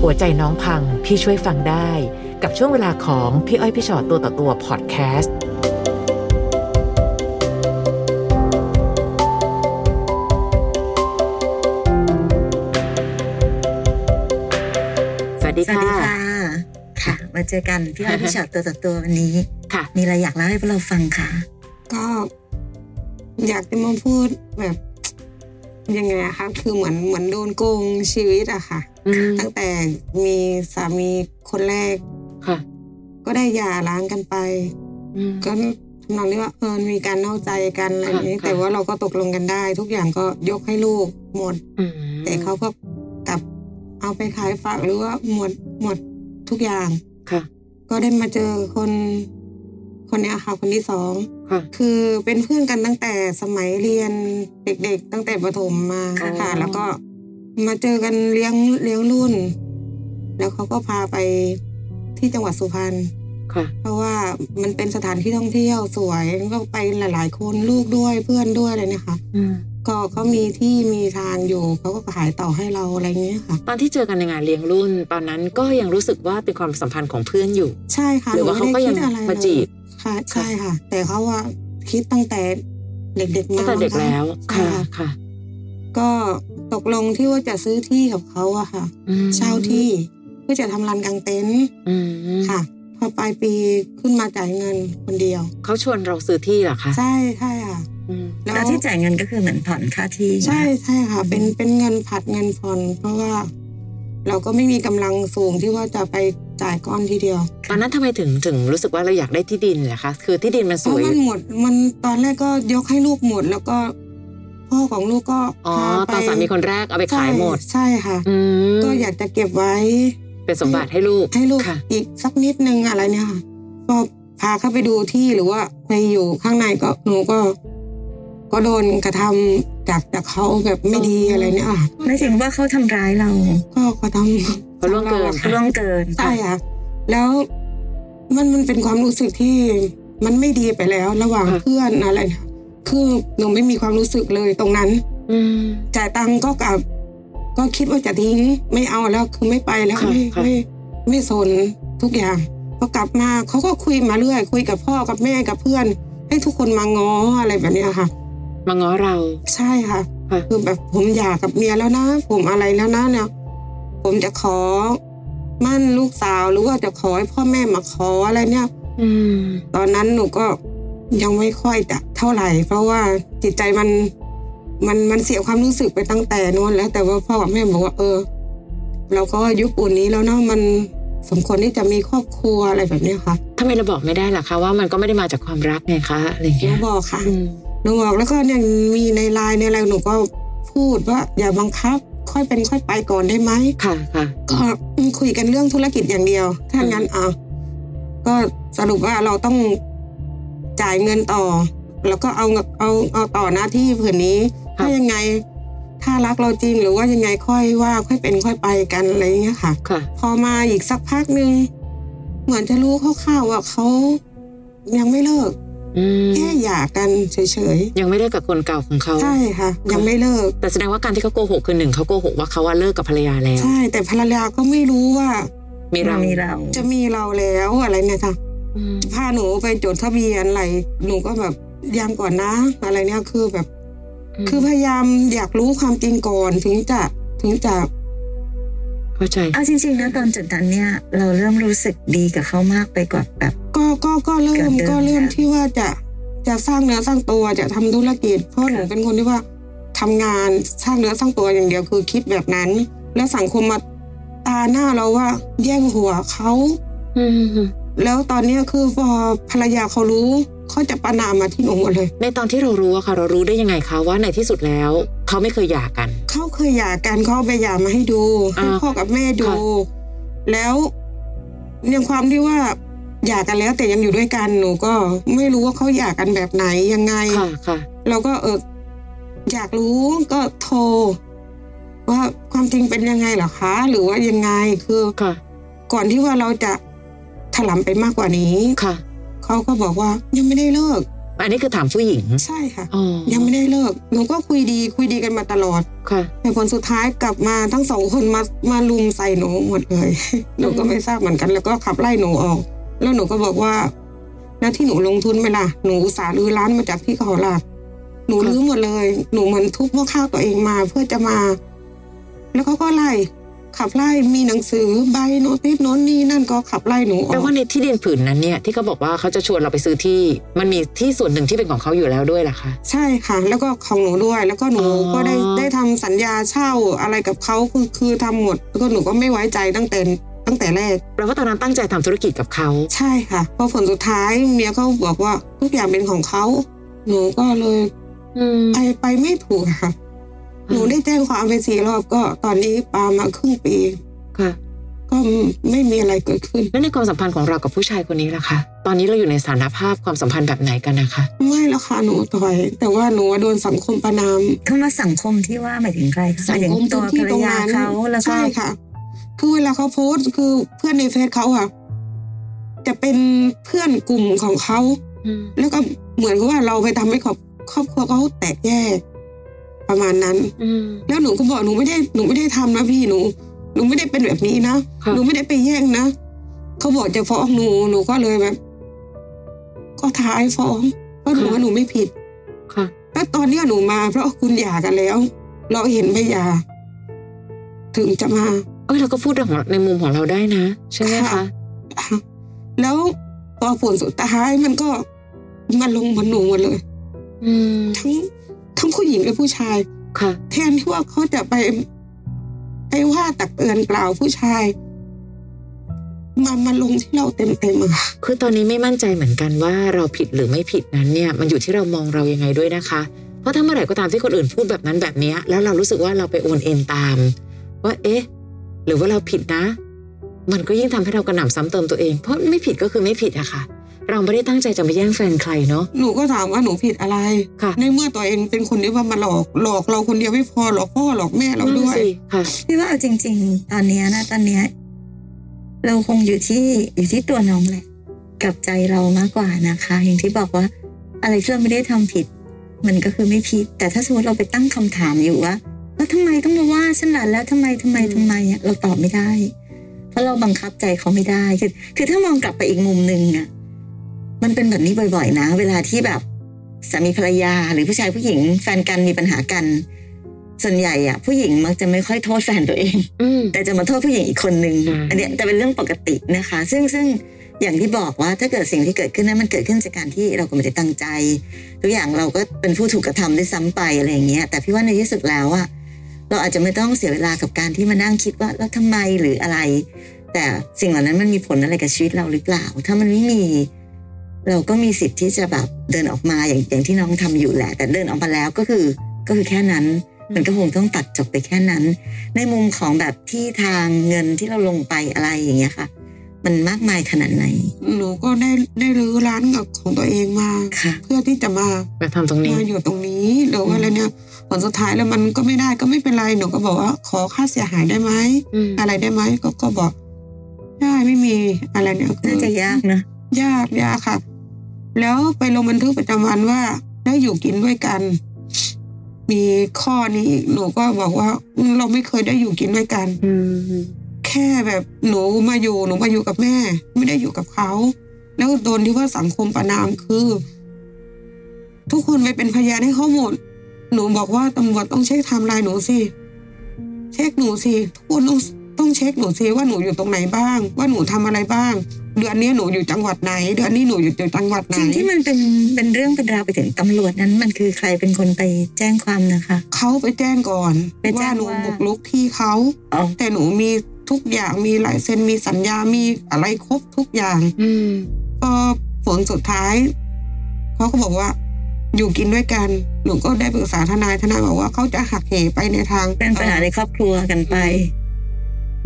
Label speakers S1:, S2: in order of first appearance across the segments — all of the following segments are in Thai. S1: หัวใจน้องพังพี่ช่วยฟังได้ กับช่วงเวลาของพี่อ้อยพี่ชอตตัวต่อตัวพอดแคสต์สวัสดี
S2: สวัส
S1: ค่ะ
S2: ดีค่ะ ค่ะ มาเจอกันพี่อ้อย พี่ชอตตัวต่อตัววันนี้
S1: ค่ะ
S2: มีอะไรอยากเล่าให้พวกเราฟังค่ะ
S3: ก็อยากจะมาพูดแบบ ยังไงอะคะคือเหมือนเหมือนโดนโกงชีวิตอะค่ะ
S1: อืม
S3: ตั้งแต่มีสามีคนแรก
S1: ค่ะ
S3: ก็ได้หย่าร้างกันไป
S1: อืม
S3: ก็ทำนองที่ว่าเออมีการนอกใจกันอะไรอย่างนี้
S1: ค่ะค่ะ
S3: แต่ว่าเราก็ตกลงกันได้ ทุกอย่างก็ยกให้ลูกหมด
S1: อืม
S3: แต่เขาก็กลับเอาไปขายฝากหรือว่าหมดหมดทุกอย่าง
S1: ค่ะ
S3: ก็ได้มาเจอคนคนเนี้ยค่ะคนที่สอง
S1: ค่ะ
S3: คือเป็นเพื่อนกันตั้งแต่สมัยเรียนเด็กๆ ตั้งแต่ประถมมา
S1: อ๋อ
S3: ค่ะ แล้วก็มาเจอกันเลี้ยงเลี้ยงรุ่น แล้วเขาก็พาไปที่จังหวัดสุพรรณ
S1: ค่ะ
S3: เพราะว่ามันเป็นสถานที่ท่องเที่ยวสวยก็ไปหลาย ๆ คนลูกด้วยเพื่อนด้วยอะไรเนี่ยค่ะ
S1: อืม
S3: ก็เขามีที่มีทางอยู่เขาก็ขายต่อให้เราอะไรเงี้ยค่ะ
S1: ตอนที่เจอกันในงานเลี้ยงรุ่น ตอนนั้นก็ยังรู้สึกว่าเป็นความสัมพันธ์ของเพื่อนอยู่
S3: ใช่ค่ะ
S1: หรือว่าเขา
S3: นู
S1: ก็
S3: ไม่
S1: ยัง
S3: ได้คิดอะไร
S1: มา
S3: เลย
S1: จีบ
S3: ค่ะ ใช่ค่ะ แต่เขาว่าคิดตั้งแต่เด็กๆมา
S1: ตั้งแต่เด็ก
S3: มั้งคะ
S1: แล้ว
S3: ใช่
S1: ค่ะ
S3: ค่ะ
S1: ค่ะ
S3: ก็ตกลงที่ว่าจะซื้อที่กับเขาอะค่ะ
S1: อืม
S3: เช่าที่เพื่อจะทำลานกางเต็นท์
S1: อืม
S3: ค่ะ พอปลายปีขึ้นมาจ่ายเงินคนเดียว
S1: เขาชวนเราซื้อที่เหรอคะ
S3: ใช่ใช่ค่ะ
S1: อืม
S3: แล้
S2: แล้ว
S3: ว
S2: ที่จ่ายเงินก็คือเหมือนผ่อนค่าที่
S3: ใช่ใช่ค่ะ เป็นเป็นเงินผัดเงินผ่อนเพราะว่า เราก็ไม่มีกำลังสูงที่ว่าจะไปจ่ายก้อนทีเดียว
S1: ตอนนั้นทำไมถึงถึงรู้สึกว่าเราอยากได้ที่ดินล่ะคะ คือที่ดินมัน
S3: เพ
S1: ส
S3: ราะ
S1: วย
S3: มันหมดมันตอนแรกก็ยกให้ลูกหมด แล้วก็ พ่อของลูกก็
S1: อ๋อ
S3: พาไป
S1: ตอนสามีคนแรกเอาไปขายหมด
S3: ใช่ใช่ค่ะ
S1: อืม
S3: ก็อยากจะเก็บไว้
S1: เป็นสมบัติให้ลูก
S3: ให้ลูก
S1: ค่ะ
S3: อีกสักนิดนึงอะไรเนี่ยค่ะก็พาเข้าไปดูที่หรือว่าไปอยู่ข้างในก็หนูก็ ก็โดนกระทำจากจากเขาแบบไม่ดี
S1: อ๋ออ
S3: อะไรเนี่ยค่ะ
S2: ไม่ถึงว่าเขาทำร้ายเรา
S3: ก็เขาท
S1: เขาล่วงเกิน
S3: ำ
S2: ล่วงเกิน
S3: ใช่ค่ะแล้วมันมันเป็นความรู้สึกที่มันไม่ดีไปแล้ว ระหว่าง
S1: ค่ะ
S3: เพื่อนอะไรเนี่ยคือหนูไม่มีความรู้สึกเลยตรงนั้น
S1: อืม
S3: จ่ายตังค์ก็กลับ ก็คิดว่าจะทิ้งไม่เอาแล้วคือไม่ไปแล้ว
S1: ค่ะ
S3: ไม่
S1: ค่ะ
S3: ไม่ไม่สนทุกอย่างพอกลับมาเขาก็คุยมาเรื่อย คุยกับพ่อกับแม่กับเพื่อน ให้ทุกคนมาง้ออะไรแบบเนี้ยค่ะ
S1: มาง้อเรา
S3: ใช่ค่ะ
S1: ค่ะ
S3: คือแบบผมอยากกับเมียแล้วนะ ผมอะไรแล้วนะเนี่ยผมจะขอมั่นลูกสาวหรือว่าจะขอให้พ่อแม่มาขออะไรเนี่ย
S1: อืม
S3: ตอนนั้นหนูก็ยังไม่ค่อยจะเท่าไหร่ เพราะว่าจิตใจมันมันมันเสียความรู้สึกไปตั้งแต่โนู้นแล้ว แต่ว่าพ่อกับแม่บอกว่า เออ เราก็ยุคปุ่นนี้แล้วเนาะมันสมควรที่จะมีครอบครัวอะไรแบบเนี้ยค่ะ
S1: ทำไมเราบอกไม่ได้ล่ะคะว่ามันก็ไม่ได้มาจากความรักไงคะอะไรอย่าง
S3: หนู
S1: เงี้ย
S3: บอกค่ะ
S1: อืม
S3: หนูบอกแล้วก็เนี่ยมีในไลน์ในอะไรหนูก็พูดว่า อย่าบังคับ ค่อยเป็นค่อยไปก่อนได้ไหม
S1: ค่ะค่ะ
S3: ก็คุยกันเรื่องธุรกิจอย่างเดียว ถ้างั้นอ่ะก็สรุปว่าเราต้องจ่ายเงินต่อ แล้วก็เอาเงินเอาเอาต่อหน้าที่ผืนนี้
S1: ครับ
S3: ถ้ายังไง ถ้ารักเราจริงหรือว่ายังไงค่อยว่า ค่อยเป็นค่อยไปกันอะไรอย่างเงี้ยค่ะ
S1: ค่ะ
S3: พอมาอีกสักพักหนึ่งเหมือนจะรู้คร่าวๆว่าเขายังไม่เลิก
S1: อืม
S3: แค่หย่ากันเฉย
S1: ยังไม่ได้กับคนเก่าของเขา
S3: ๆใช่ค่ะ ยังไม่เลิก
S1: แต่แสดงว่าการที่เขาโกหกคือหนึ่งเขาโกหกว่าเขาว่าเลิกกับภรรยาแล้ว
S3: ใช่ แต่ภรรยาก็ไม่รู้ว่า
S1: มีเรา
S2: มีเรา
S3: จะมีเราแล้วอะไรเนี่ยค่ะ
S1: อืม
S3: พาหนูไปจดทะเบียนอะไร หนูก็แบบยังก่อนนะ อะไรเนี่ยคือแบบ
S1: อืม
S3: คือพยายามอยากรู้ความจริงก่อนถึงจะถึงจะ
S1: เข้าใจ
S2: เอาจริงๆนะตอนจุดนั้นเนี่ย เราเริ่มรู้สึกดีกับเขามากไปกว่าแบบ
S3: ก็ก็ก็เริ่ม
S2: เกิดเรื่อง
S3: ก็เริ่ม
S2: ค่ะ
S3: ที่ว่าจะจะสร้างเนื้อสร้างตัวจะทำธุรกิจ เพราะหนูเป็นคนที่ว่าทำงานสร้างเนื้อสร้างตัวอย่างเดียวคือคิดแบบนั้น แล้วสังคมมาตาหน้าเราว่า แย่งหัวเขา
S1: อืม
S3: แล้วตอนเนี้ยคือพอภรรยาเขารู้เขาจะประนามมาที่หนูหมดเลย
S1: ในตอนที่เรารู้อะค่ะ เรารู้ได้ยังไงคะว่าในที่สุดแล้วเขาไม่เคยหย่ากัน
S3: เขาเคยหย่ากันเขาเอาไปหย่ามาให้ดู
S1: อ่า
S3: ให้พ่อกับแม่ดู
S1: ค่ะ
S3: แล้วยังความที่ว่าหย่ากันแล้วแต่ยังอยู่ด้วยกันหนูก็ไม่รู้ว่าเขาหย่ากันแบบไหนยังไง
S1: ค่ะค่ะ
S3: เราก็เอออยากรู้ก็โทร ว่าความจริงเป็นยังไงเหรอคะ หรือว่ายังไงคือ
S1: ค่ะ
S3: ก่อนที่ว่าเราจะถลำไปมากกว่านี้
S1: ค่ะ
S3: เขาก็บอกว่ายังไม่ได้เลิก
S1: อันนี้คือถามผู้หญิง
S3: ใช่ค่ะ
S1: อ๋อ
S3: ยังไม่ได้เลิกหนูก็คุยดีคุยดีกันมาตลอด
S1: ค่ะ
S3: แต่ผลสุดท้ายกลับมาทั้งสองคนมามาลุมใส่หนูหมดเลย หนูก็ไม่ทราบเหมือนกัน แล้วก็ขับไล่หนูออก แล้วหนูก็บอกว่า แล้วที่หนูลงทุนไปล่ะหนูอุตส่าห์รื้อร้านมาจากที่เขาหลักหนู
S1: ครับ
S3: รื้อหมดเลย หนูเหมือนทุบพวกข้าวตัวเองมาเพื่อจะมา แล้วเขาก็ไล่ ขับไล่มีหนังสือใบโน้ตโน้นนี่นั่นก็ขับไล่หนูอ
S1: แปล
S3: อก
S1: ว่าในที่ดินผืนนั้นเนี่ยที่เขาบอกว่าเขาจะชวนเราไปซื้อที่ มันมีที่ส่วนหนึ่งที่เป็นของเขาอยู่แล้วด้วยเหรอคะ
S3: ใช่ค่ะ แล้วก็ของหนูด้วย แล้วก็หนู
S1: อ๋อ
S3: ก็ได้ได้ทำสัญญาเช่าอะไรกับเขาคือคือทำหมด แล้วก็หนูก็ไม่ไว้ใจตั้งแต่ตั้งแต่แรก
S1: แปลว่าตอนนั้นตั้งใจทำธุรกิจกับเขา
S3: ใช่ค่ะเพอผลสุดท้ายเมียก็บอกว่าทุกอย่างเป็นของเขา หนูก็เลย
S1: อืม
S3: ไปไปไม่ถูกอะค่ะ
S1: อืม
S3: หนูได้แจ้งความไปสี่รอบก็ตอนนี้ปามาครึ่งปี
S1: ค่ะ
S3: ก็ไม่มีอะไรเกิดขึ้น
S1: แล้วในความสัมพันธ์ของเรากับผู้ชายคนนี้ล่ะคะ ตอนนี้เราอยู่ในสถานภาพความสัมพันธ์แบบไหนกันนะคะ
S3: ไม่แล้วค่ะหนูถอย แต่ว่าหนูโดนสังคมประนาม
S2: คำว่าสังคมที่ว่าหมายถึงใครคะห
S3: สั
S2: มาย
S3: ง
S2: ถึง
S3: คม
S2: ตั
S3: ตัว ว
S2: ภ
S3: ที่
S2: รร
S3: ตรง
S2: ยา
S3: นั้น
S2: เขาแล้วก็
S3: ใช่ค่ะ คือเวลาเขาโพสต์คือเพื่อนในเฟซเขาอะจะเป็นเพื่อนกลุ่มของเขา
S1: อืม
S3: แล้วก็เหมือนกับว่าเราไปทำให้ครอบครอบครัวเขาแตกแยก ประมาณนั้น
S1: อืม
S3: แล้วหนูก็บอกหนูไม่ได้หนูไม่ได้ทำนะพี่หนู หนูไม่ได้เป็นแบบนี้นะ
S1: ค่ะ
S3: หนูไม่ได้ไปแย่งนะเขาบอกจะฟ้องหนูหนูก็เลยแบบ ก็ท้ายฟ้องเพราะหนูว่าหนูไม่ผิด
S1: ค่ะ
S3: แล้วตอนเนี้ยหนูมา เพราะคุณหย่ากันแล้ว เราเห็นใบหย่าถึงจะมา
S1: เอ้ยเราก็พูดเรื่องของในมุมของเราได้นะ ใช่ไหมคะ
S3: ค่ะ แล้วพอผลสุดท้ายมันก็มาลงบนหนูหมดเลย
S1: อืม
S3: ทั้งทั้งผู้หญิงและผู้ชาย
S1: ค่ะ
S3: แทนที่ว่าเขาจะไป ไปว่าตักเตือนกล่าวผู้ชาย มามาลงที่เราเต็มเต็มๆอะค่ะ
S1: คือตอนนี้ไม่มั่นใจเหมือนกันว่าเราผิดหรือไม่ผิดนั้นเนี่ย มันอยู่ที่เรามองเรายังไงด้วยนะคะ เพราะถ้าเมื่อไหร่ก็ตามที่คนอื่นพูดแบบนั้นแบบเนี้ยแล้วเรารู้สึกว่าเราไปโอนเอ็นตาม ว่าเอ๊ะ หรือว่าเราผิดนะ มันก็ยิ่งทำให้เรากระหน่ำซ้ำเติมตัวเอง เพราะไม่ผิดก็คือไม่ผิดอะค่ะ เราไม่ได้ตั้งใจจะมาแย่งแฟนใครเนาะ
S3: หนูก็ถามว่าหนูผิดอะไร
S1: ค่ะ
S3: ในเมื่อตัวเองเป็นคนที่ว่ามาหลอก หลอกเราคนเดียวไม่พอหลอกพ่อหลอกแม่เราด้ว
S1: นั่น
S3: ย
S1: สิค่ะ
S2: พี่ว่าเอาจริง ๆ ตอนเนี้ยนะ ตอนเนี้ยเราคงอยู่ที่อยู่ที่ตัวน้องแหละ กับใจเรามากกว่านะคะ อย่างที่บอกว่า อะไรที่เราไม่ได้ทำผิด มันก็คือไม่ผิด แต่ถ้าสมมติเราไปตั้งคำถามอยู่ว่าแล้วทำไมต้องมาว่าฉันล่ะแล้วทำไมทำไมทำไมอะเราตอบไม่ได้ เพราะเราบังคับใจเขาไม่ได้คือคือถ้ามองกลับไปอีกมุมหนึ่งอะมันเป็นแบบนี้บ่อย ๆ นะ เวลาที่แบบสามีภรรยาหรือผู้ชายผู้หญิง แฟนกันมีปัญหากัน ส่วนใหญ่อะผู้หญิงมักจะไม่ค่อยโทษแฟนตัวเอง
S1: อืม
S2: แต่จะมาโทษผู้หญิงอีกคนนึง
S1: อืม
S2: อันเนี้ยจะเป็นเรื่องปกตินะคะ ซึ่งซึ่งอย่างที่บอกว่าถ้าเกิดสิ่งที่เกิดขึ้นนั้นมันเกิดขึ้นจากการที่เราก็ไม่ได้ตั้งใจ ทุกอย่างเราก็เป็นผู้ถูกกระทำด้วยซ้ำไปอะไรอย่างเงี้ย แต่พี่ว่าในที่สุดแล้วอะเราอาจจะไม่ต้องเสียเวลากับการที่มานั่งคิดว่าแล้วทำไมหรืออะไร แต่สิ่งเหล่านั้นมันมีผลอะไรกับชีวิตเราหรือเปล่า ถ้ามันไม่มี เราก็มีสิทธิ์ที่จะแบบเดินออกมาอย่างอย่างที่น้องทำอยู่แหละ แต่เดินออกมาแล้วก็คือก็คือแค่นั้น มันก็คงต้องตัดจบไปแค่นั้น ในมุมของแบบที่ทางเงินที่เราลงไปอะไรอย่างเงี้ยค่ะ มันมากมายขนาดไหน
S3: หนูก็ได้ได้รื้อร้านกับของตัวเองมา
S2: ค่ะ
S3: เพื่อที่จะมา
S1: มาทำตรงนี้
S3: มาอยู่ตรงนี้หรือว่าอะไรเนี่ยผลสุดท้ายแล้วมันก็ไม่ได้ก็ไม่เป็นไรหนูก็บอกว่า ขอค่าเสียหายได้ไหม
S1: อืม
S3: อะไรได้ไหมก็ก็บอกได้ไม่มีอะไรเนี่ยคือ
S2: น่าจะยากเนอะ
S3: ยากยากค่ะ แล้วไปลงบันทึกประจำวันว่า ได้อยู่กินด้วยกัน มีข้อนี้อีกหนูก็บอกว่าอืมเราไม่เคยได้อยู่กินด้วยกัน
S1: อืม
S3: แค่แบบหนูมาอยู่หนูมาอยู่กับแม่ ไม่ได้อยู่กับเขา แล้วโดนที่ว่าสังคมประนามคือ ทุกคนไปเป็นพยานให้เขาหมด หนูบอกว่าตำรวจต้องเช็คไทม์ไลน์หนูสิเช็คหนูสิทุกคนต้องต้องเช็คหนูสิว่าหนูอยู่ตรงไหนบ้าง ว่าหนูทำอะไรบ้าง เดือนนี้หนูอยู่จังหวัดไหน เดือนนี้หนูอยู่จังหวัดไหน
S2: สิ่งที่มันเป็นเป็นเรื่องเป็นราวไปถึงตำรวจนั้น มันคือใครเป็นคนไปแจ้งความนะคะ
S3: เขาไปแจ้งก่อน
S2: ไปแจ้
S3: ว่าง หนู
S2: ว่า
S3: บุกรุกที่เขา
S2: อ๋อ
S3: แต่หนูมีทุกอย่างมีลายเซ็นมีสัญญามีอะไรครบทุกอย่าง
S1: อืม
S3: ก็ผลสุดท้ายเขาก็บอกว่า อยู่กินด้วยกัน หนูก็ได้ปรึกษาทนายทนายบอกว่าเขาจะหักเหไปในทาง
S2: เป็นปัญหาในครอบครัวกันไป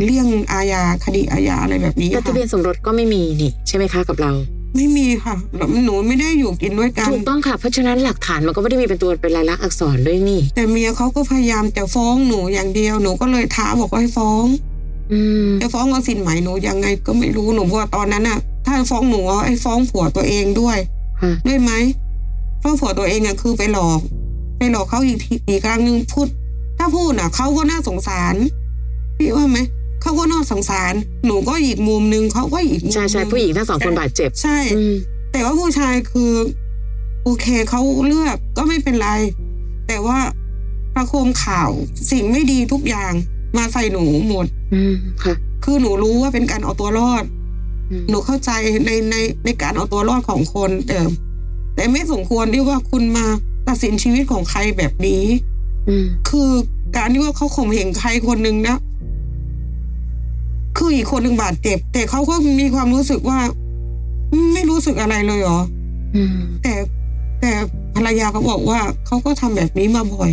S3: เลี่ยงอาญาคดีอาญาอะไรแบบนี้
S1: แต่ทะ
S3: ค่ะ
S1: เบียนสมรสก็ไม่มีนี่ใช่ไหมคะกับเรา
S3: ไม่มีค่ะหนูไม่ได้อยู่กินด้วยกัน
S1: ถูกต้องค่ะ เพราะฉะนั้นหลักฐานมันก็ไม่ได้มีเป็นตัวเป็นลายลักษณ์อักษรด้วยนี่
S3: แต่เมียเขาก็พยายามจะฟ้องหนูอย่างเดียวหนูก็เลยท้าบอกว่าให้ฟ้อง
S1: อืม
S3: จะฟ้องเอาสินไหมหนูยังไงก็ไม่รู้หนูเพราะว่าตอนนั้นน่ะ ถ้าฟ้องหนูเอาไอ้ฟ้องผัวตัวเองด้วย
S1: ค่ะ
S3: ด้วยไหม เพราะผัวตัวเองเนี่ยคือไปหลอก ไปหลอกเขาอีกทีอีกครั้งหนึ่งพูด ถ้าพูดอ่ะเขาก็น่าสงสาร พี่ว่าไหมเขาก็น่าสงสาร หนูก็อีกมุมหนึงเขาก็อีกมุม
S1: ใช่ใช่
S3: นึ่
S1: ผู้หญิงทั้งสองคนบาดเจ็บ
S3: ใช่
S1: อืม
S3: แต่ว่าผู้ชายคือโอเคเขาเลือกก็ไม่เป็นไร แต่ว่าประโคมข่าวสิ่งไม่ดีทุกอย่างมาใส่หนูหมด
S1: อืมค่ะ
S3: คือหนูรู้ว่าเป็นการเอาตัวรอด
S1: อืม
S3: หนูเข้าใจในในในการเอาตัวรอดของคนแต่แต่ไม่สมควรที่ว่าคุณมาตัดสินชีวิตของใครแบบนี้
S1: อืม
S3: คือการที่ว่าเขาข่มเหงใครคนหนึ่งนะคืออีกคนหนึ่งบาดเจ็บ แต่เขาก็มีความรู้สึกว่า ไม่รู้สึกอะไรเลยเหรอ
S1: อืม
S3: แต่แต่ภรรยาเขาบอกว่าเขาก็ทำแบบนี้มาบ่อย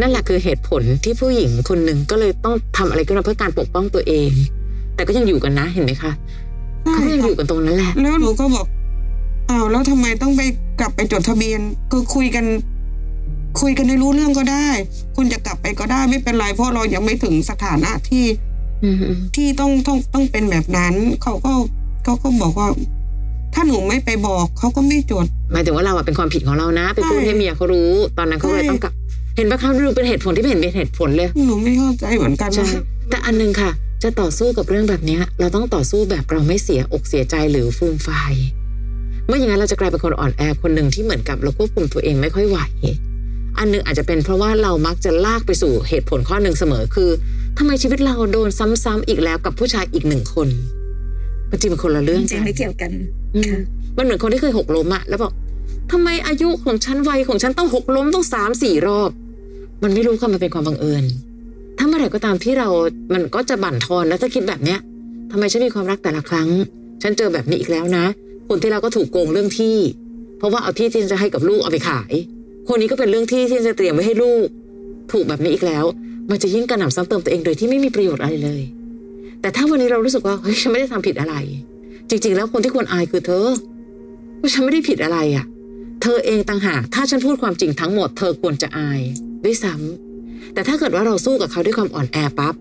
S1: นั่นแหละคือเหตุผลที่ผู้หญิงคนหนึ่งก็เลยต้องทำอะไรขึ้นมาเพื่อการปกป้องตัวเอง แต่ก็ยังอยู่กันนะเห็นไหมคะเขา
S3: ใช่
S1: ก็ยัง
S3: ค่ะ
S1: อยู่กันตรงนั้นแหละ
S3: แล้วหนูก็บอกอ้าวแล้วทำไมต้องไปกลับไปจดทะเบียนคือคุยกัน คุยกันให้รู้เรื่องก็ได้ คุณจะกลับไปก็ได้ไม่เป็นไรเพราะเรายังไม่ถึงสถานะที่
S1: อืมอืม
S3: ที่ต้องต้องต้องเป็นแบบนั้นเขาก็เขาก็บอกว่า ถ้าหนูไม่ไปบอกเขาก็ไม่จด
S1: หมายถึงว่าเราอะเป็นความผิดของเรานะไปพูด
S3: ใช่
S1: ให้เมียเขารู้ ตอนนั้นเขาก็เลย
S3: ใช่
S1: ต้องกลับ เห็นปะคะดูเป็นเหตุผลที่ไม่เห็นเป็นเหตุผลเลย
S3: หนูไม่เข้าใจเหมือนกัน
S1: ใช่
S3: ว่า
S1: แต่อันหนึงค่ะ จะต่อสู้กับเรื่องแบบเนี้ย เราต้องต่อสู้แบบเราไม่เสียอกเสียใจหรือฟูมไฟายไม่อย่างนั้นเราจะกลายเป็นคนอ่อนแอคนหนึ่งที่เหมือนกับเราควบคุมตัวเองไม่ค่อยไหว อันหนึงอาจจะเป็นเพราะว่าเรามักจะลากไปสู่เหตุผลข้อหนึ่งเสมอคือทำไมชีวิตเราโดนซ้ำๆอีกแล้วกับผู้ชายอีกหนึ่งคนมันจริงเป็นคนละ
S2: จ
S1: เรื่อง
S2: ริ
S1: กั
S2: ง
S1: น
S2: ๆไม่เกี่ยวกัน
S1: อืม
S2: ค่ะ
S1: มันเหมือนคนที่เคยหกล้มอะแล้วบอกทำไมอายุของฉันวัยของฉันต้องหกล้มต้องสามสี่รอบ มันไม่รู้ค่ะมันเป็นความบังเอิญ ถ้าเมื่อไหร่ก็ตามที่เรา มันก็จะบั่นทอนแล้วถ้าคิดแบบเนี้ยทำไมฉันมีความรักแต่ละครั้ง ฉันเจอแบบนี้อีกแล้วนะ คนที่เราก็ถูกโกงเรื่องที่ เพราะว่าเอาที่ที่จะให้กับลูกเอาไปขาย คนนี้ก็เป็นเรื่องที่ที่จะเตรียมไว้ให้ลูก ถูกแบบนี้อีกแล้ว มันจะยิ่งกระหน่ำซ้ำเติมตัวเองโดยที่ไม่มีประโยชน์อะไรเลย แต่ถ้าวันนี้เรารู้สึกว่าเฮ้ยฉันไม่ได้ทำผิดอะไร จริง ๆ แล้วคนที่ควรอายคือเธอว่าฉันไม่ได้ผิดอะไรอะ่ะ เธอเองต่างหากถ้าฉันพูดความจริงทั้งหมด เธอควรจะอายด้วยซ้ำแต่ถ้าเกิดว่าเราสู้กับเขาด้วยความอ่อนแอปั๊บ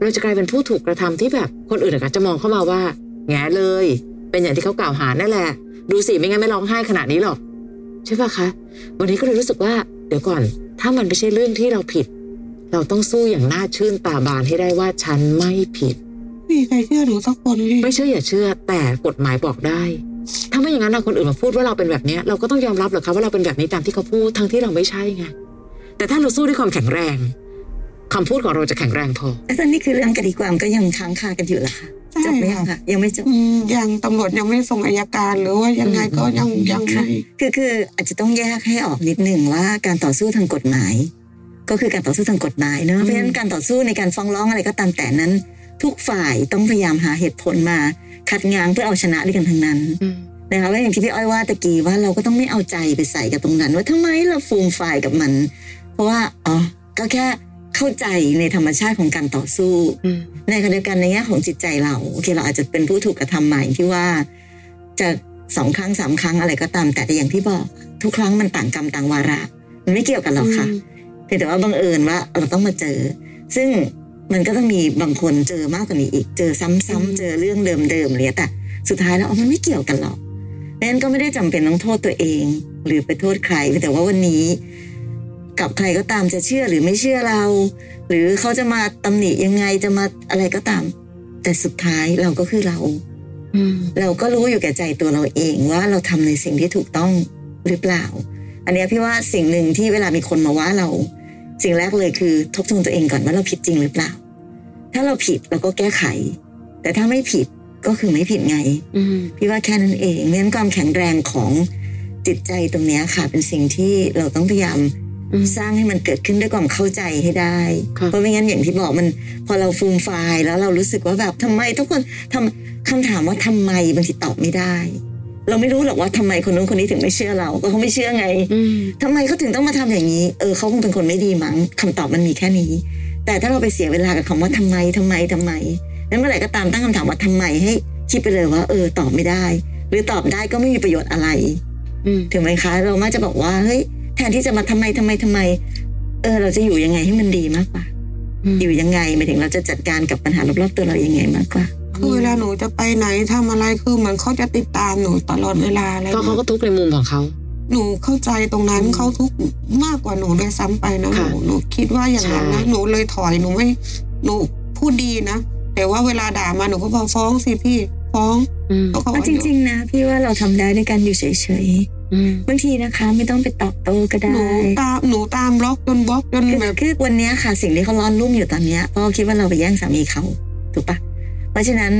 S1: เราจะกลายเป็นผู้ถูกกระทำที่แบบคนอื่นอาจจะมองเข้ามาว่า แง่เลย เป็นอย่างที่เขากล่าวหานั่นแหละ ดูสิไม่งั้นไม่ร้องไห้ขนาดนี้หรอกใช่ปะคะ วันนี้ก็เลยรู้สึกว่า เดี๋ยวก่อน ถ้ามันไม่ใช่เรื่องที่เราผิด เราต้องสู้อย่างน่าชื่นตาบานให้ได้ว่าฉันไม่ผิด
S3: ไม่มีใครเชื่อหนูสักคนพี่
S1: ไม่เชื่ออย่าเชื่อแต่กฎหมายบอกได้ ถ้าไม่อย่างนั้นนะคนอื่นมาพูดว่าเราเป็นแบบเนี้ยเราก็ต้องยอมรับเหรอคะว่าเราเป็นแบบนี้ตามที่เขาพูดทั้งที่เราไม่ใช่ไงแต่ถ้าเราสู้ด้วยความแข็งแรงคำพูดของเราจะแข็งแรงพอ
S2: แล้วตอนนี้คือเรื่องคดีความก็ยังค้างคากันอยู่เหรอคะ
S3: ใช่
S2: จบไหม
S3: ค่ะ
S2: คะยังไม่จบ
S3: อืมยังตำรวจยังไม่ส่งอายการ หรือว่ายังไงก็ยังยังไม่
S2: คือคืออาจจะต้องแยกให้ออกนิดหนึ่งว่าการต่อสู้ทางกฎหมาย ก็คือการต่อสู้ทางกฎหมายเน
S1: อื
S2: อะ
S1: ม
S2: เพราะฉะนั้นการต่อสู้ในการฟ้องร้องอะไรก็ตามแต่นั้น ทุกฝ่ายต้องพยายามหาเหตุผลมา คัดง้างเพื่อเอาชนะด้วยกันทั้งนั้น
S1: อืม
S2: นะคะว่าอย่างที่พี่อ้อยว่าตะกี้ว่าเราก็ต้องไม่เอาใจไปใส่กับตรงนั้น ว่าทำไมเราฟูมไฟายกับมัน เพราะว่าอ๋อก็แค่เข้าใจในธรรมชาติของการต่อสู้
S1: อืม
S2: ในขณะเดียวกันในแง่ของจิตใจเราโอเคเราอาจจะเป็นผู้ถูกกระทำใหม่ที่ว่าจะสองครั้งสามครั้งอะไรก็ตาม แต่แต่อย่างที่บอกทุกครั้งมันต่างกรรมต่างวาระ มันไม่เกี่ยวกันหรอกค่ะเพียงแต่ว่าบังเอิญว่าเราต้องมาเจอ ซึ่งมันก็ต้องมีบางคนเจอมากกว่านี้อีก เจอซ้ำๆเจอเรื่องเดิมๆอะไรอย่างเงี้ยแต่สุดท้ายแล้วอ๋อมันไม่เกี่ยวกันหรอกดังนั้นก็ไม่ได้จำเป็นต้องโทษตัวเอง หรือไปโทษใครเพียงแต่ว่าวันนี้ กับใครก็ตามจะเชื่อหรือไม่เชื่อเรา หรือเขาจะมาตำหนิยังไงจะมาอะไรก็ตาม แต่สุดท้ายเราก็คือเรา
S1: อืม
S2: เราก็รู้อยู่แก่ใจตัวเราเองว่าเราทำในสิ่งที่ถูกต้องหรือเปล่า อันเนี้ยพี่ว่าสิ่งหนึ่งที่เวลามีคนมาว่าเรา สิ่งแรกเลยคือทบทวนตัวเองก่อนว่าเราผิดจริงหรือเปล่า ถ้าเราผิดเราก็แก้ไข แต่ถ้าไม่ผิดก็คือไม่ผิดไง
S1: อืม
S2: พี่ว่าแค่นั้นเองเพราะฉะนั้นความแข็งแรงของจิตใจตรงเนี้ยค่ะ เป็นสิ่งที่เราต้องพยายาม
S1: อืม
S2: สร้างให้มันเกิดขึ้นด้วยความเข้าใจให้ได้
S1: ค่ะ
S2: เพราะไม่งั้นอย่างที่บอกมันพอเราฟูมไฟายแล้วเรารู้สึกว่าแบบทำไมทุกคนทำคำถามว่าทำไมบางทีตอบไม่ได้ เราไม่รู้หรอกว่าทำไมคนนู้นคนนี้ถึงไม่เชื่อเรา ก็เขาไม่เชื่อไง
S1: อืม
S2: ทำไมเขาถึงต้องมาทำอย่างนี้ เออเขาคงเป็นคนไม่ดีมั้งคำตอบมันมีแค่นี้ แต่ถ้าเราไปเสียเวลากับคำว่าทำไมทำไมทำไมนั้นเมื่อไหร่ก็ตามตั้งคำถามว่าทำไมให้คิดไปเลยว่า เออตอบไม่ได้ หรือตอบได้ก็ไม่มีประโยชน์อะไร
S1: อืม
S2: ถึงไหมคะ เรามักจะบอกว่าเฮ้ยแทนที่จะมาทำไมทำไมทำไม เออ เราจะอยู่ยังไงให้มันดีมากกว่า
S1: อืม
S2: อยู่ยังไงหมายถึงเราจะจัดการกับปัญหารอบๆตัวเรายังไงมากกว่า
S3: คือเวลาหนูจะไปไหนทำอะไรคือเหมือนเขาจะติดตามหนูตลอดเวลาอะไร
S1: ก็เขาก็ทุกข์ในมุมของเขา
S3: หนูเข้าใจตรงนั้นเขาทุกข์มากกว่าหนูด้วยซ้ำไปนะห
S1: ค่ะ
S3: นูหนูคิดว่าอย่างนั้นนะ
S1: ใช่
S3: หนูเลยถอยหนูไม่หนูพูดดีนะแต่ว่าเวลาด่ามาหนูก็บอกฟ้องสิพี่ฟ้อง
S1: อืม
S3: เขาก็
S2: เอาจริง ๆ นะ พี่ว่าเราทำได้ด้วยกันอยู่เฉย
S1: อืม
S2: ๆบางทีนะคะ ไม่ต้องไปตอบโต้ก็
S3: หนู
S2: ได้
S3: ตามหนูตามบล็อกจนบล็อกจน
S2: คือ
S3: แบบ
S2: คือวันเนี้ยค่ะสิ่งที่เขาร้อนรุ่มอยู่ตอนเนี้ยเพราะเขาคิดว่าเราไปแย่งสามีเขาถูกปะเพราะฉะนั้น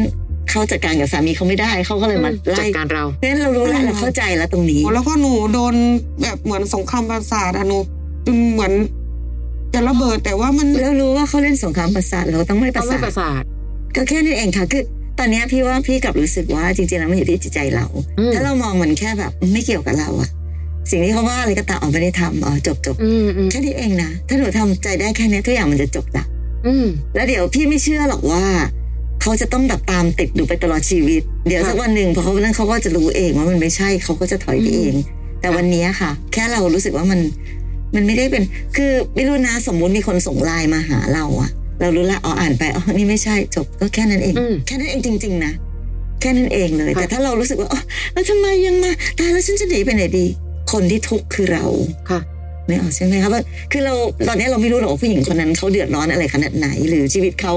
S2: เขาจัดการกับสามีเขาไม่ได้เขาก็เลยมา
S1: จั
S2: ไล่
S1: ดการเรา
S2: เพราะฉะนั้นเรารู้แล้ว
S3: อืม
S2: เราเข้าใจแล้วตรงนี้
S3: โอ้แล้วก็หนูโดนแบบเหมือนสงครามประสาทอะหนูจนเหมือนจะระเบิดแต่ว่ามัน
S2: เรารู้ว่าเขาเล่นสงครามประสาทเราต้องไม่ป
S1: ต้อง
S2: ระ
S1: ไม่
S2: สาท
S1: ประสาท
S2: ก็แค่นั้นเองค่ะคือตอนเนี้ยพี่ว่าพี่กลับรู้สึกว่าจริงๆแล้วมันอยู่ที่จิตใจเรา
S1: อืม
S2: ถ้าเรามองมันแค่แบบไม่เกี่ยวกับเราอะสิ่งที่เขาว่าอะไรก็ตามออกไม่ได้ทำอ๋อจบจบ
S1: อืมอืม
S2: แค่นี้เองนะถ้าหนูทำใจได้แค่เนี้ยทุกอย่างมันจะจบละ
S1: อืม
S2: แล้วเดี๋ยวพี่ไม่เชื่อหรอกว่า เขาจะต้องแบบตามติดหนูไปตลอดชีวิต เดี๋ยว
S1: ค่ะ
S2: สักวันหนึ่งพอเขาเรื่องเขาก็จะรู้เองว่ามันไม่ใช่เขาก็จะถอยไป
S1: อืม
S2: เอง แต่วันนี้ค่ะ แค่เรารู้สึกว่ามัน มันไม่ได้เป็น คือไม่รู้นะสมมุติมีคนส่งไลน์มาหาเราอะเรารู้ละอ๋ออ่านไปอ๋อนี่ไม่ใช่จบก็แค่นั้นเอง
S1: อืม
S2: แค่นั้นเองจริง ๆ นะ แค่นั้นเองเลย
S1: ค่ะ
S2: แต่ถ้าเรารู้สึกว่าอ๋อแล้วทำไมยังมาตายแล้วฉันจะหนีไปไหนดี คนที่ทุกข์คือเรา
S1: ค่ะ
S2: ไม่ออกใช่ไหมคะว่าคือเราตอนนี้เราไม่รู้หรอกว่าผู้หญิงคนนั้นเขาเดือดร้อนอะไรขนาดไหน หรือชีวิตเขา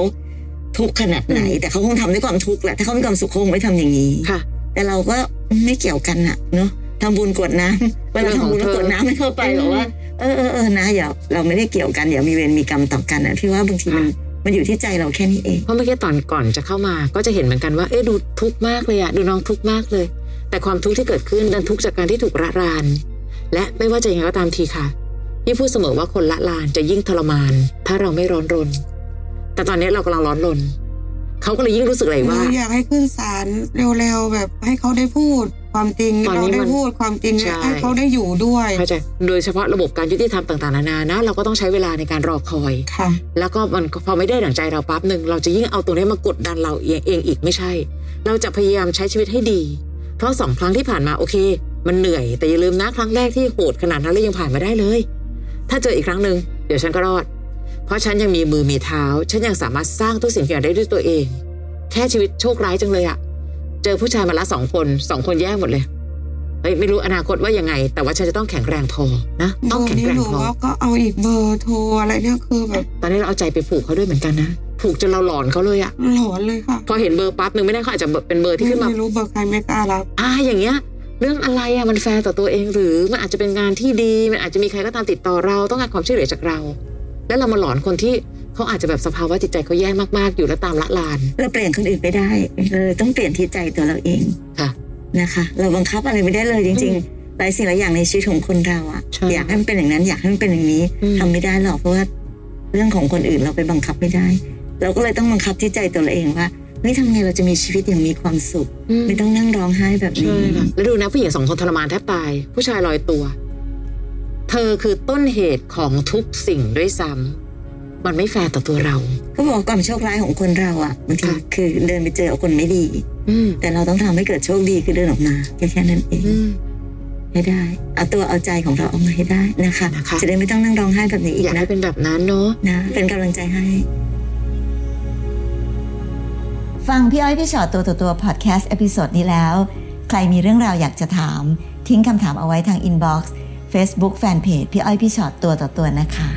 S2: ทุกข์ขนาดไหน แต่เขาคงทำด้วยความทุกข์แหละถ้าเขามีความสุขเขาคงไม่ทำอย่างนี้
S1: ค่ะ
S2: แต่เราก็ไม่เกี่ยวกันอะเนาะทำบุญกรวดน้ ำเวลาทำบุญแล้วกรวดน้ำไม่เข้าไปหรอกว่าเออเออเออนะอย่าเราไม่ได้เกี่ยวกันอย่ามีเวรมีกรรมต่อกันอะพี่ว่าบางทีมันมันอยู่ที่ใจเราแค่นี้เอง
S1: เพราะเมื่อกี้ตอนก่อนจะเข้ามาก็จะเห็นเหมือนกันว่า เอ๊ะดูทุกข์มากเลยอะดูน้องทุกข์มากเลย แต่ความทุกข์ที่เกิดขึ้นดันทุกข์จากการที่ถูกละลาน และไม่ว่าจะยังไงก็ตามทีค่ะพี่พูดเสมอว่าคนละลานจะยิ่งทรมาน ถ้าเราไม่ร้อนรน แต่ตอนนี้เรากำลังร้อนรนเขาก็เลยยิ่งรู้สึกเลย
S3: หนู
S1: ว่า
S3: อยากให้ขึ้นศาลเร็วๆแบบให้เขาได้พูดความจริง
S1: ตอนนี้
S3: เราได้
S1: มัน
S3: พูดความจริง
S1: ใช่
S3: ให้เขาได้อยู่ด้วย
S1: เข้าใจโดยเฉพาะระบบการยุติธรรมต่างๆนานานะเราก็ต้องใช้เวลาในการรอคอย
S3: ค่ะ
S1: แล้วก็มันพอไม่ได้ดั่งใจเราปั๊บหนึ่งเราจะยิ่งเอาตรงนี้มากดดันเราเองเองอีกไม่ใช่ เราจะพยายามใช้ชีวิตให้ดี เพราะสองครั้งที่ผ่านมาโอเค มันเหนื่อย แต่อย่าลืมนะครั้งแรกที่โหดขนาดนั้นแล้วยังผ่านมาได้เลย ถ้าเจออีกครั้งหนึ่งเดี๋ยวฉันก็รอด เพราะฉันยังมีมือมีเท้า ฉันยังสามารถสร้างทุกสิ่งทุกอย่างได้ด้วยตัวเอง แค่ชีวิตโชคร้ายจังเลยอะเจอผู้ชายมาละสองคนสองคนแย่หมดเลยเฮ้ยไม่รู้อนาคตว่ายังไง แต่ว่าฉันจะต้องแข็งแรงพอนะ
S3: เบ
S1: ต้อง
S3: อร์
S1: แข็ง
S3: นี้
S1: แรง
S3: หนู
S1: พอ
S3: ว่าก็เอาอีกเบอร์โทรอะไรเนี่ยคือแบบ
S1: ตอนนี้เราเอาใจไปผูกเขาด้วยเหมือนกันนะผูกจนเราหลอนเขาเลยอะ
S3: หลอนเลยค่ะ
S1: พอเห็นเบอร์ปั๊บหนึ่งไม่ได้เขาอาจจะเป็นเบอร์ที่ขึ้นมา
S3: ไม่รู้เบอร์ใครไม่กล้ารับ
S1: อ่าอย่างเงี้ย เรื่องอะไรอะมันแฟร์ต่อตัวเองหรือมันอาจจะเป็นงานที่ดีมันอาจจะมีใครก็ตามติดต่อเราต้องการความช่วยเหลือจากเรา แล้วเรามาหลอนคนที่เขาอาจจะแบบสภาวะจิตใจเขาแย่มากๆอยู่แล้วตามละลาน
S2: เราเปลี่ยนคนอื่นไม่ได้เราต้องเปลี่ยนที่ใจตัวเราเอง
S1: ค่ะ
S2: นะคะ เราบังคับอะไรไม่ได้เลยจริงๆหลายสิ่งหลายอย่างในชีวิตของคนเราอะ
S1: ใช่
S2: อยากให้มันเป็นอย่างนั้นอยากให้มันเป็นอย่างนี้
S1: อืม
S2: ทำไม่ได้หรอกเพราะว่าเรื่องของคนอื่นเราไปบังคับไม่ได้ เราก็เลยต้องบังคับที่ใจตัวเราเองว่าเฮ้ยทำไงเราจะมีชีวิตอย่างมีความสุข ไม่ต้องนั่งร้องไห้แบบ
S1: ใช่
S2: นี้
S1: ค่ะแล้วดูนะผู้หญิงสองคนทรมานแทบตาย ผู้ชายลอยตัว เธอคือต้นเหตุของทุกสิ่งด้วยซ้ำมันไม่แฟร์ต่อตัวเรา
S2: ก็บอกว่าความโชคร้ายของคนเราอะบางที
S1: ค่ะ
S2: คือเดินไปเจอคนไม่ดี
S1: อืม
S2: แต่เราต้องทำให้เกิดโชคดีคือเดินออกมาแค่แค่นั้นเอง
S1: อืม
S2: ให้ได้ เอาตัวเอาใจของเราออกมาให้ได้นะคะ
S1: นะคะ
S2: จะได้ไม่ต้องนั่งร้องไห้แบบนี้อี
S1: อก ยาก
S2: นะ
S1: ให้เป็นแบบนั้นเนาะ
S2: นะ เป็นกำลังใจให้ ฟังพี่อ้อยพี่ชอตตัวต่อตัวพอดแคสต์เอพิโซดนี้แล้ว ใครมีเรื่องราวอยากจะถาม ทิ้งคำถามเอาไว้ทางอินบ็อกซ์เฟซบุ๊กแฟนเพจพี่อ้อยพี่ชอตตัวต่อตัวนะคะ